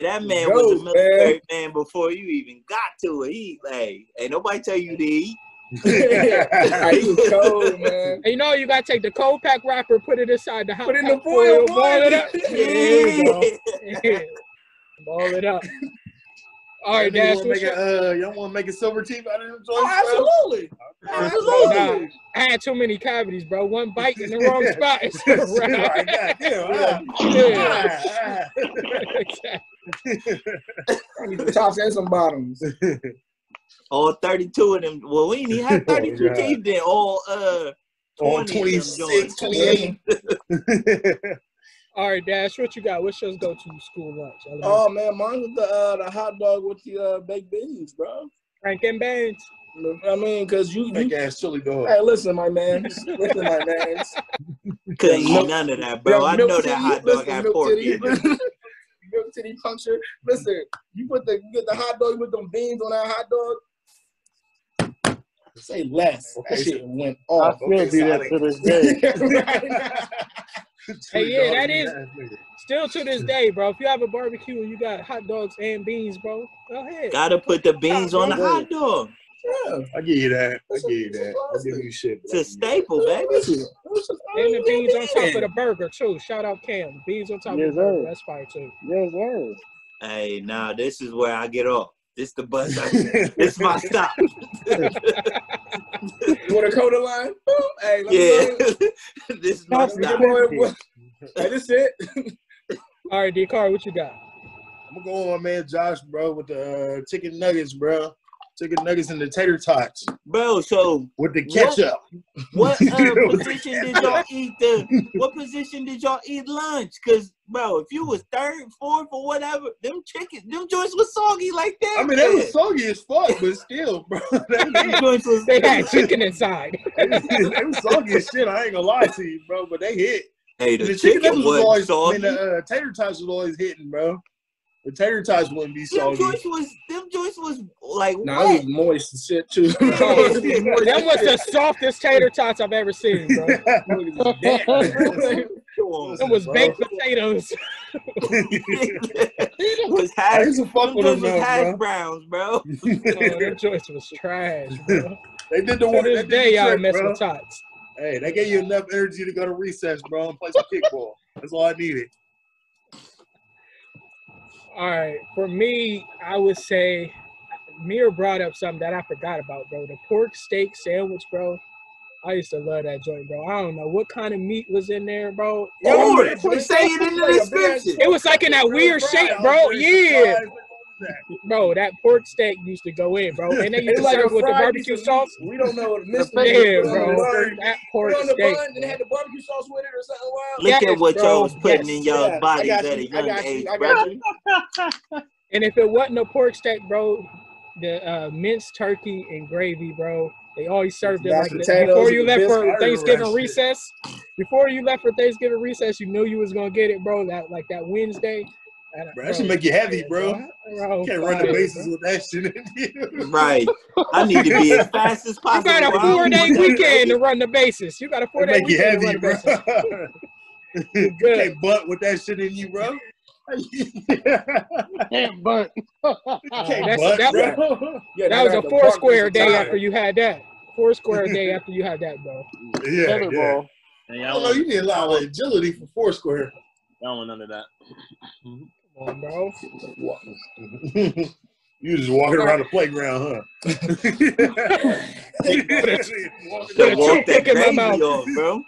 Speaker 3: that man
Speaker 6: Go,
Speaker 3: was a military
Speaker 6: man.
Speaker 3: man. before you even got to it. He like, ain't nody tell you to eat.
Speaker 6: Nah, he was cold, man.
Speaker 1: And you know you gotta take the cold pack wrapper, put it inside the hot
Speaker 6: Put it in the
Speaker 1: pack
Speaker 6: foil, boy.
Speaker 1: boil it up.
Speaker 3: Yeah.
Speaker 1: Yeah. Boil it up. All right,
Speaker 5: Y'all
Speaker 1: Dash.
Speaker 5: wanna
Speaker 1: what's
Speaker 5: make
Speaker 1: your-
Speaker 5: a, uh, y'all want to make a silver team out of them joints?
Speaker 6: Oh,
Speaker 5: bro?
Speaker 6: absolutely.
Speaker 1: Nah,
Speaker 6: Absolutely.
Speaker 1: I had too many cavities, bro. One bite in the wrong spot. It's
Speaker 5: Like,
Speaker 1: right.
Speaker 5: goddamn,
Speaker 1: Yeah.
Speaker 5: ah, ah,
Speaker 6: I need the tops and some bottoms.
Speaker 3: All 32 of them. Well, we ain't even had
Speaker 5: Oh,
Speaker 3: 32
Speaker 5: God.
Speaker 3: teams then. All uh
Speaker 5: ah. On
Speaker 3: 20 of them
Speaker 5: 26,
Speaker 3: joints.
Speaker 5: 28. ah.
Speaker 1: All right, Dash. What you got? What's your go-to school lunch? I love
Speaker 6: Oh man, mine was the uh, the hot dog with the uh, baked beans, bro.
Speaker 1: Frank and Beans.
Speaker 6: I mean, cause you, you
Speaker 5: Fake ass chili dog.
Speaker 6: hey, listen, my man, listen, my man.
Speaker 3: Couldn't
Speaker 6: Milk-
Speaker 3: eat none of that, bro. I know that hot dog had pork in it.
Speaker 6: Milk titty puncture. Listen, you put the you get the hot dog with them beans on that hot dog. Say less. That shit went
Speaker 4: I
Speaker 6: off.
Speaker 4: still
Speaker 5: Oh, okay,
Speaker 4: do that
Speaker 5: sorry.
Speaker 4: to this day.
Speaker 5: Chili
Speaker 1: yeah,
Speaker 5: dog
Speaker 1: that
Speaker 5: eating
Speaker 1: is-
Speaker 5: ass nigga.
Speaker 1: Still to this day, bro. If you have a barbecue and you got hot dogs and beans, bro, go ahead.
Speaker 3: Gotta put the beans on the hot dog.
Speaker 6: Yeah.
Speaker 5: I give you that. I give you that. I give you shit.
Speaker 3: It's a staple, Oh, baby.
Speaker 6: Listen, listen,
Speaker 1: And the beans on top of
Speaker 6: man.
Speaker 1: the burger too. Shout out Cam. Beans on top
Speaker 4: Yes,
Speaker 1: of the burger.
Speaker 4: sir.
Speaker 1: That's fire too.
Speaker 4: Yes, sir.
Speaker 3: Hey, now this is where I get off. This the bus. I- this my stop.
Speaker 6: You want a coda line? Boom. Hey, let
Speaker 3: Yeah.
Speaker 6: me go.
Speaker 3: this is my
Speaker 6: Let me
Speaker 3: stop.
Speaker 6: get my- Hey, this it.
Speaker 1: All right, D Car, what you got?
Speaker 5: I'm gonna go with my man Josh, bro, with the uh, chicken nuggets, bro. Chicken nuggets and the tater tots
Speaker 3: Bro, so
Speaker 5: with the ketchup.
Speaker 3: what uh,
Speaker 5: Yo,
Speaker 3: position did y'all eat the what position did y'all eat lunch? Cause bro, if you was third, fourth, or whatever, them chickens, them joints was soggy like that.
Speaker 5: I mean, that was soggy as fuck, but still, bro, they,
Speaker 3: them joints was
Speaker 1: They had chicken inside.
Speaker 5: they was soggy as shit. I ain't gonna lie to you, bro, but they hit.
Speaker 3: Hey,
Speaker 5: The,
Speaker 3: the,
Speaker 5: chicken
Speaker 3: chicken
Speaker 5: nuggets was always,
Speaker 3: was
Speaker 5: I
Speaker 3: soggy.
Speaker 5: mean, the uh, tater tots was always hitting, bro. The tater tots wouldn't be
Speaker 3: them
Speaker 5: soggy.
Speaker 3: joints was them joints was like
Speaker 6: Nah, it
Speaker 3: wet.
Speaker 6: was moist and shit too.
Speaker 1: that was the softest tater tots I've ever seen, bro. it
Speaker 5: It
Speaker 1: was baked potatoes.
Speaker 3: was
Speaker 5: I
Speaker 3: hash,
Speaker 5: used to fuck
Speaker 3: them
Speaker 5: with them,
Speaker 3: joints was
Speaker 5: though,
Speaker 3: hash
Speaker 5: bro.
Speaker 3: browns, bro.
Speaker 1: Oh, that choice was trash, bro.
Speaker 5: They did the
Speaker 1: To
Speaker 5: one
Speaker 1: this day, y'all
Speaker 5: trick,
Speaker 1: mess
Speaker 5: bro.
Speaker 1: with tots.
Speaker 5: Hey, they gave you enough energy to go to recess, bro, and play some kickball. That's all I needed.
Speaker 1: All right, for me, I would say Mir brought up something that I forgot about, bro. The pork steak sandwich, bro. I used to love that joint, bro. I don't know what kind of meat was in there, bro.
Speaker 3: Yo,
Speaker 1: It was-
Speaker 3: Orange, we say it in the description.
Speaker 1: It was like in that weird shape, bro. Yeah, bro. That pork steak used to go in, bro, and they used
Speaker 6: It's
Speaker 1: to
Speaker 6: like a
Speaker 1: serve with the
Speaker 6: fried
Speaker 1: barbecue
Speaker 6: piece of
Speaker 1: sauce.
Speaker 6: meat. We don't know what Mr.
Speaker 1: Yeah,
Speaker 6: Put it on the
Speaker 1: bro.
Speaker 6: bun.
Speaker 1: That
Speaker 6: Put
Speaker 1: pork
Speaker 6: it on the
Speaker 1: steak.
Speaker 6: bun and it had the barbecue sauce with it or something wild.
Speaker 1: Yes,
Speaker 3: Look at what y'all
Speaker 1: bro.
Speaker 3: was putting
Speaker 1: Yes.
Speaker 3: in y'all's
Speaker 5: Yeah,
Speaker 3: bodies
Speaker 5: I got
Speaker 3: at a
Speaker 5: you. I
Speaker 3: young
Speaker 5: got
Speaker 3: age,
Speaker 5: you. I
Speaker 3: bro.
Speaker 5: got you.
Speaker 1: And if it wasn't a pork steak, bro, the uh, minced turkey and gravy, bro. They always served it like
Speaker 5: mashed
Speaker 1: that.
Speaker 5: potatoes
Speaker 1: before you
Speaker 5: with
Speaker 1: left
Speaker 5: biscuit. I
Speaker 1: for
Speaker 5: remember that
Speaker 1: Thanksgiving
Speaker 5: shit.
Speaker 1: recess. Before you left for Thanksgiving recess, you knew you was gonna get it, bro. That like that Wednesday. And,
Speaker 5: Bro, that should make you heavy, bro.
Speaker 1: bro,
Speaker 5: You can't run the
Speaker 1: fire,
Speaker 5: bases
Speaker 1: bro.
Speaker 5: with that shit. in you.
Speaker 3: Right. I need to be as fast as
Speaker 1: You
Speaker 3: possible.
Speaker 1: got a
Speaker 3: bro. I don't
Speaker 1: four day
Speaker 3: want that
Speaker 1: weekend to run the bases. You got a four
Speaker 5: It
Speaker 1: day
Speaker 5: make you
Speaker 1: weekend to
Speaker 5: heavy,
Speaker 1: run the
Speaker 5: bro.
Speaker 1: bases.
Speaker 5: you
Speaker 1: good.
Speaker 5: can't butt with that shit in you, bro. you
Speaker 4: Damn bunt.
Speaker 1: Uh,
Speaker 5: can't
Speaker 1: that's-
Speaker 5: butt,
Speaker 1: that-
Speaker 5: bro.
Speaker 6: Yeah,
Speaker 1: That was a four square day after you had that. Four square day after you had that, bro.
Speaker 5: yeah,
Speaker 4: Feather
Speaker 5: yeah.
Speaker 4: ball.
Speaker 2: And
Speaker 5: I
Speaker 2: y'all
Speaker 5: don't know.
Speaker 2: want,
Speaker 5: You need a lot of agility for Foursquare.
Speaker 2: y'all want none of that.
Speaker 1: Come on, bro.
Speaker 5: you just walking around the playground,
Speaker 3: shit. To
Speaker 1: Put a
Speaker 5: huh?
Speaker 3: walk that
Speaker 1: toothpick in my
Speaker 3: gravy
Speaker 1: mouth.
Speaker 3: off, bro.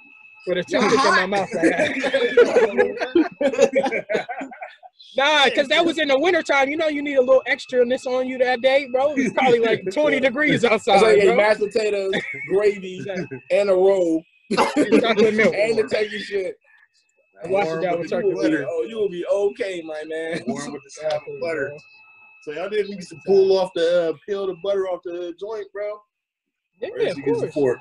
Speaker 1: With a toothpick in my mouth. I had. nah, because that was in the wintertime. You know, you need a little extraness on you that day, bro. It's probably like 20 degrees
Speaker 6: I was like,
Speaker 1: outside,
Speaker 6: hey,
Speaker 1: bro.
Speaker 6: mashed potatoes, gravy,
Speaker 1: Exactly.
Speaker 6: and a roll,
Speaker 1: And chocolate milk.
Speaker 6: and the turkey shit.
Speaker 1: Wash it down with
Speaker 6: You
Speaker 1: turkey
Speaker 6: will, be,
Speaker 1: butter.
Speaker 6: oh, you will be okay, my man.
Speaker 5: Warm with the side
Speaker 1: Exactly,
Speaker 5: of butter.
Speaker 1: bro.
Speaker 5: So y'all didn't used to pull off the uh, peel the butter off the joint, bro. Or
Speaker 1: Yeah,
Speaker 5: used
Speaker 1: of
Speaker 5: to use the
Speaker 1: course.
Speaker 5: fork.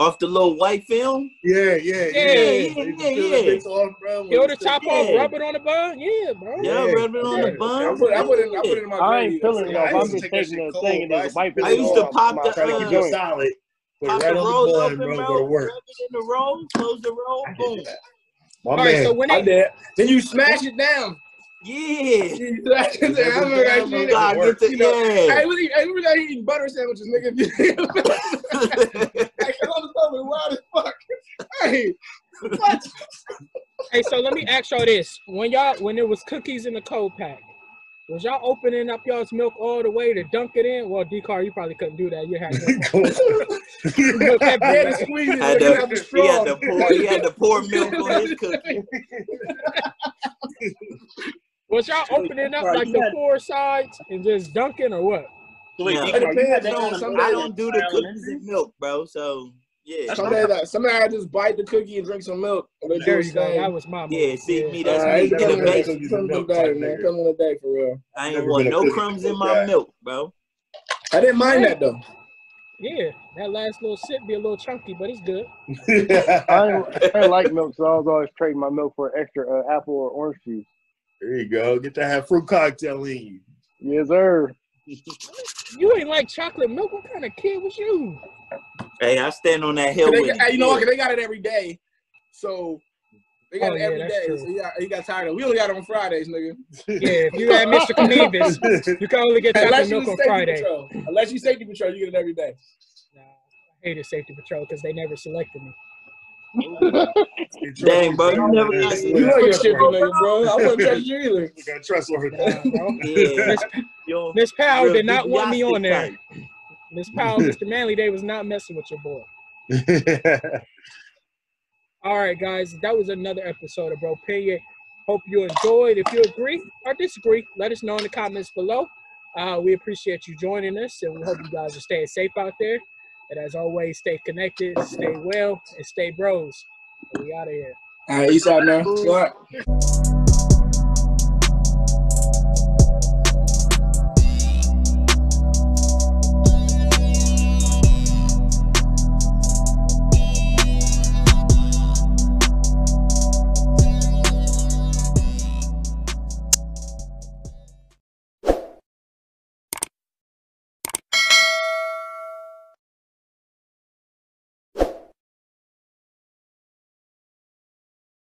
Speaker 3: Off the little white film.
Speaker 5: Yeah, yeah,
Speaker 1: Yeah,
Speaker 5: They
Speaker 3: yeah,
Speaker 5: used to
Speaker 3: yeah,
Speaker 5: peel that
Speaker 3: yeah.
Speaker 5: bitch off, bro.
Speaker 1: Peel the top off,
Speaker 3: Yeah.
Speaker 1: rub it on the bun. Yeah, bro.
Speaker 3: Yeah,
Speaker 5: Yeah.
Speaker 3: rub it on the
Speaker 1: Yeah.
Speaker 3: bun.
Speaker 6: I put, I put it, I put it in my
Speaker 4: I
Speaker 6: gravy.
Speaker 4: ain't feeling it
Speaker 5: Yeah,
Speaker 4: off.
Speaker 5: I
Speaker 4: I'm
Speaker 5: used to
Speaker 4: just
Speaker 5: take that
Speaker 4: taking
Speaker 5: shit
Speaker 4: the
Speaker 5: cold,
Speaker 4: thing and
Speaker 5: bro. I used
Speaker 4: just
Speaker 5: to
Speaker 4: wiping
Speaker 5: peel
Speaker 3: I
Speaker 4: it
Speaker 5: it
Speaker 3: used to
Speaker 4: off.
Speaker 3: pop the
Speaker 5: Try to
Speaker 4: Trying
Speaker 5: get
Speaker 4: to
Speaker 5: you
Speaker 3: uh,
Speaker 4: joint.
Speaker 5: solid. Put
Speaker 3: pop
Speaker 5: it right
Speaker 3: the
Speaker 5: on
Speaker 3: roll
Speaker 5: the bun,
Speaker 3: open,
Speaker 5: bro.
Speaker 3: bro.
Speaker 5: Go to work.
Speaker 3: Rub it in the roll. Close the roll.
Speaker 5: I did
Speaker 3: Boom.
Speaker 5: that. My
Speaker 1: All right,
Speaker 5: man.
Speaker 1: so when
Speaker 6: I
Speaker 1: they
Speaker 6: did. Then you smash it down.
Speaker 3: Yeah.
Speaker 6: You smash it down. I remember that shit.
Speaker 5: It
Speaker 3: God, get
Speaker 5: worked,
Speaker 3: the
Speaker 6: you know.
Speaker 3: yeah.
Speaker 6: Hey, what are you, hey, what are you eating butter sandwiches, nigga? hey, come on the phone, wild as fuck. Hey, what?
Speaker 1: Hey, so let me ask y'all this: when y'all when it was cookies in the cold pack, was y'all opening up y'all's milk all the way to dunk it in? Well, D car, you probably couldn't do that. You had milk. milk had
Speaker 6: They had
Speaker 1: been-
Speaker 6: to squeeze it.
Speaker 3: Had
Speaker 6: They
Speaker 3: to-
Speaker 6: had to
Speaker 3: He
Speaker 6: straw.
Speaker 3: had to pour. He had to pour milk on his cookie.
Speaker 1: was y'all opening up like the four sides and just dunking or what?
Speaker 2: So wait,
Speaker 3: No.
Speaker 2: D-Car,
Speaker 6: It
Speaker 2: you had
Speaker 6: depends
Speaker 2: that
Speaker 6: on
Speaker 2: kind of
Speaker 6: some
Speaker 2: milk
Speaker 6: days.
Speaker 3: I
Speaker 2: in
Speaker 3: don't do the cookies
Speaker 2: elementary?
Speaker 3: and milk, bro. So yeah,
Speaker 2: That's-
Speaker 6: Sometimes, I, sometimes I just bite the cookie and drink some milk. They do
Speaker 1: There
Speaker 6: its
Speaker 1: you go. That
Speaker 6: thing.
Speaker 1: was my
Speaker 3: yeah.
Speaker 1: moment.
Speaker 3: See me,
Speaker 6: Uh,
Speaker 3: that's
Speaker 6: I
Speaker 3: me.
Speaker 6: ain't
Speaker 5: Never
Speaker 3: To
Speaker 6: coming
Speaker 5: been a
Speaker 3: the
Speaker 6: to
Speaker 3: base.
Speaker 5: cookies
Speaker 6: come
Speaker 5: and
Speaker 6: to
Speaker 5: milk
Speaker 6: the day,
Speaker 5: type
Speaker 6: man.
Speaker 5: nigga.
Speaker 6: Come to the day for real.
Speaker 3: I ain't
Speaker 5: Never
Speaker 3: want
Speaker 5: been a
Speaker 3: no
Speaker 5: cookie
Speaker 3: crumbs
Speaker 5: and milk
Speaker 3: in my
Speaker 5: guy.
Speaker 3: milk, bro.
Speaker 6: I didn't mind that though.
Speaker 1: Yeah, that last little sip be a little chunky, but it's good.
Speaker 5: there
Speaker 4: I, ain't- I ain't like milk, so I was always trading my milk for extra uh, apple or orange juice.
Speaker 5: you go. Get to have fruit cocktail in you.
Speaker 4: Yes, sir.
Speaker 1: You ain't like chocolate milk. What kind of kid was you?
Speaker 3: Hey, I stand on that hill
Speaker 6: They,
Speaker 3: with
Speaker 6: got- hey,
Speaker 3: it.
Speaker 6: you know
Speaker 3: Yeah.
Speaker 6: what? 'Cause They got it every day, so they got
Speaker 1: Oh,
Speaker 6: it
Speaker 1: yeah,
Speaker 6: every day.
Speaker 1: that's true.
Speaker 6: So he got, he got tired of. it. We only got it on Fridays, nigga.
Speaker 1: Yeah, if you had Mr. Cleavis, you can only get chocolate
Speaker 6: Unless you
Speaker 1: milk
Speaker 6: was
Speaker 1: on
Speaker 6: safety
Speaker 1: Friday.
Speaker 6: patrol. Unless you safety patrol, you get it every day.
Speaker 1: Nah, I hated safety patrol because they never selected me.
Speaker 3: Dang, bro, you never got
Speaker 5: You
Speaker 6: You know
Speaker 5: gotta
Speaker 6: your
Speaker 5: trust
Speaker 6: shit,
Speaker 5: her.
Speaker 6: nigga, bro. I wouldn't trust you either.
Speaker 5: You gotta trust
Speaker 1: Nah, bro.
Speaker 3: Yeah.
Speaker 1: Miss-
Speaker 3: Yo,
Speaker 1: Miss Powell
Speaker 3: real
Speaker 1: did not want me
Speaker 3: DiBiase
Speaker 1: on there.
Speaker 3: type.
Speaker 1: Miss Powell, Mr. Manley, they was not messing with your boy.
Speaker 5: her.
Speaker 1: All right, guys, that was another episode of Bro Pinion. Hope you enjoyed. If you agree or disagree, let us know in the comments below. Uh, we appreciate you joining us, and we hope you guys are staying safe out there. And as always, stay connected, stay well, and stay bros. We out of here.
Speaker 6: All right, Eastside now. Go out.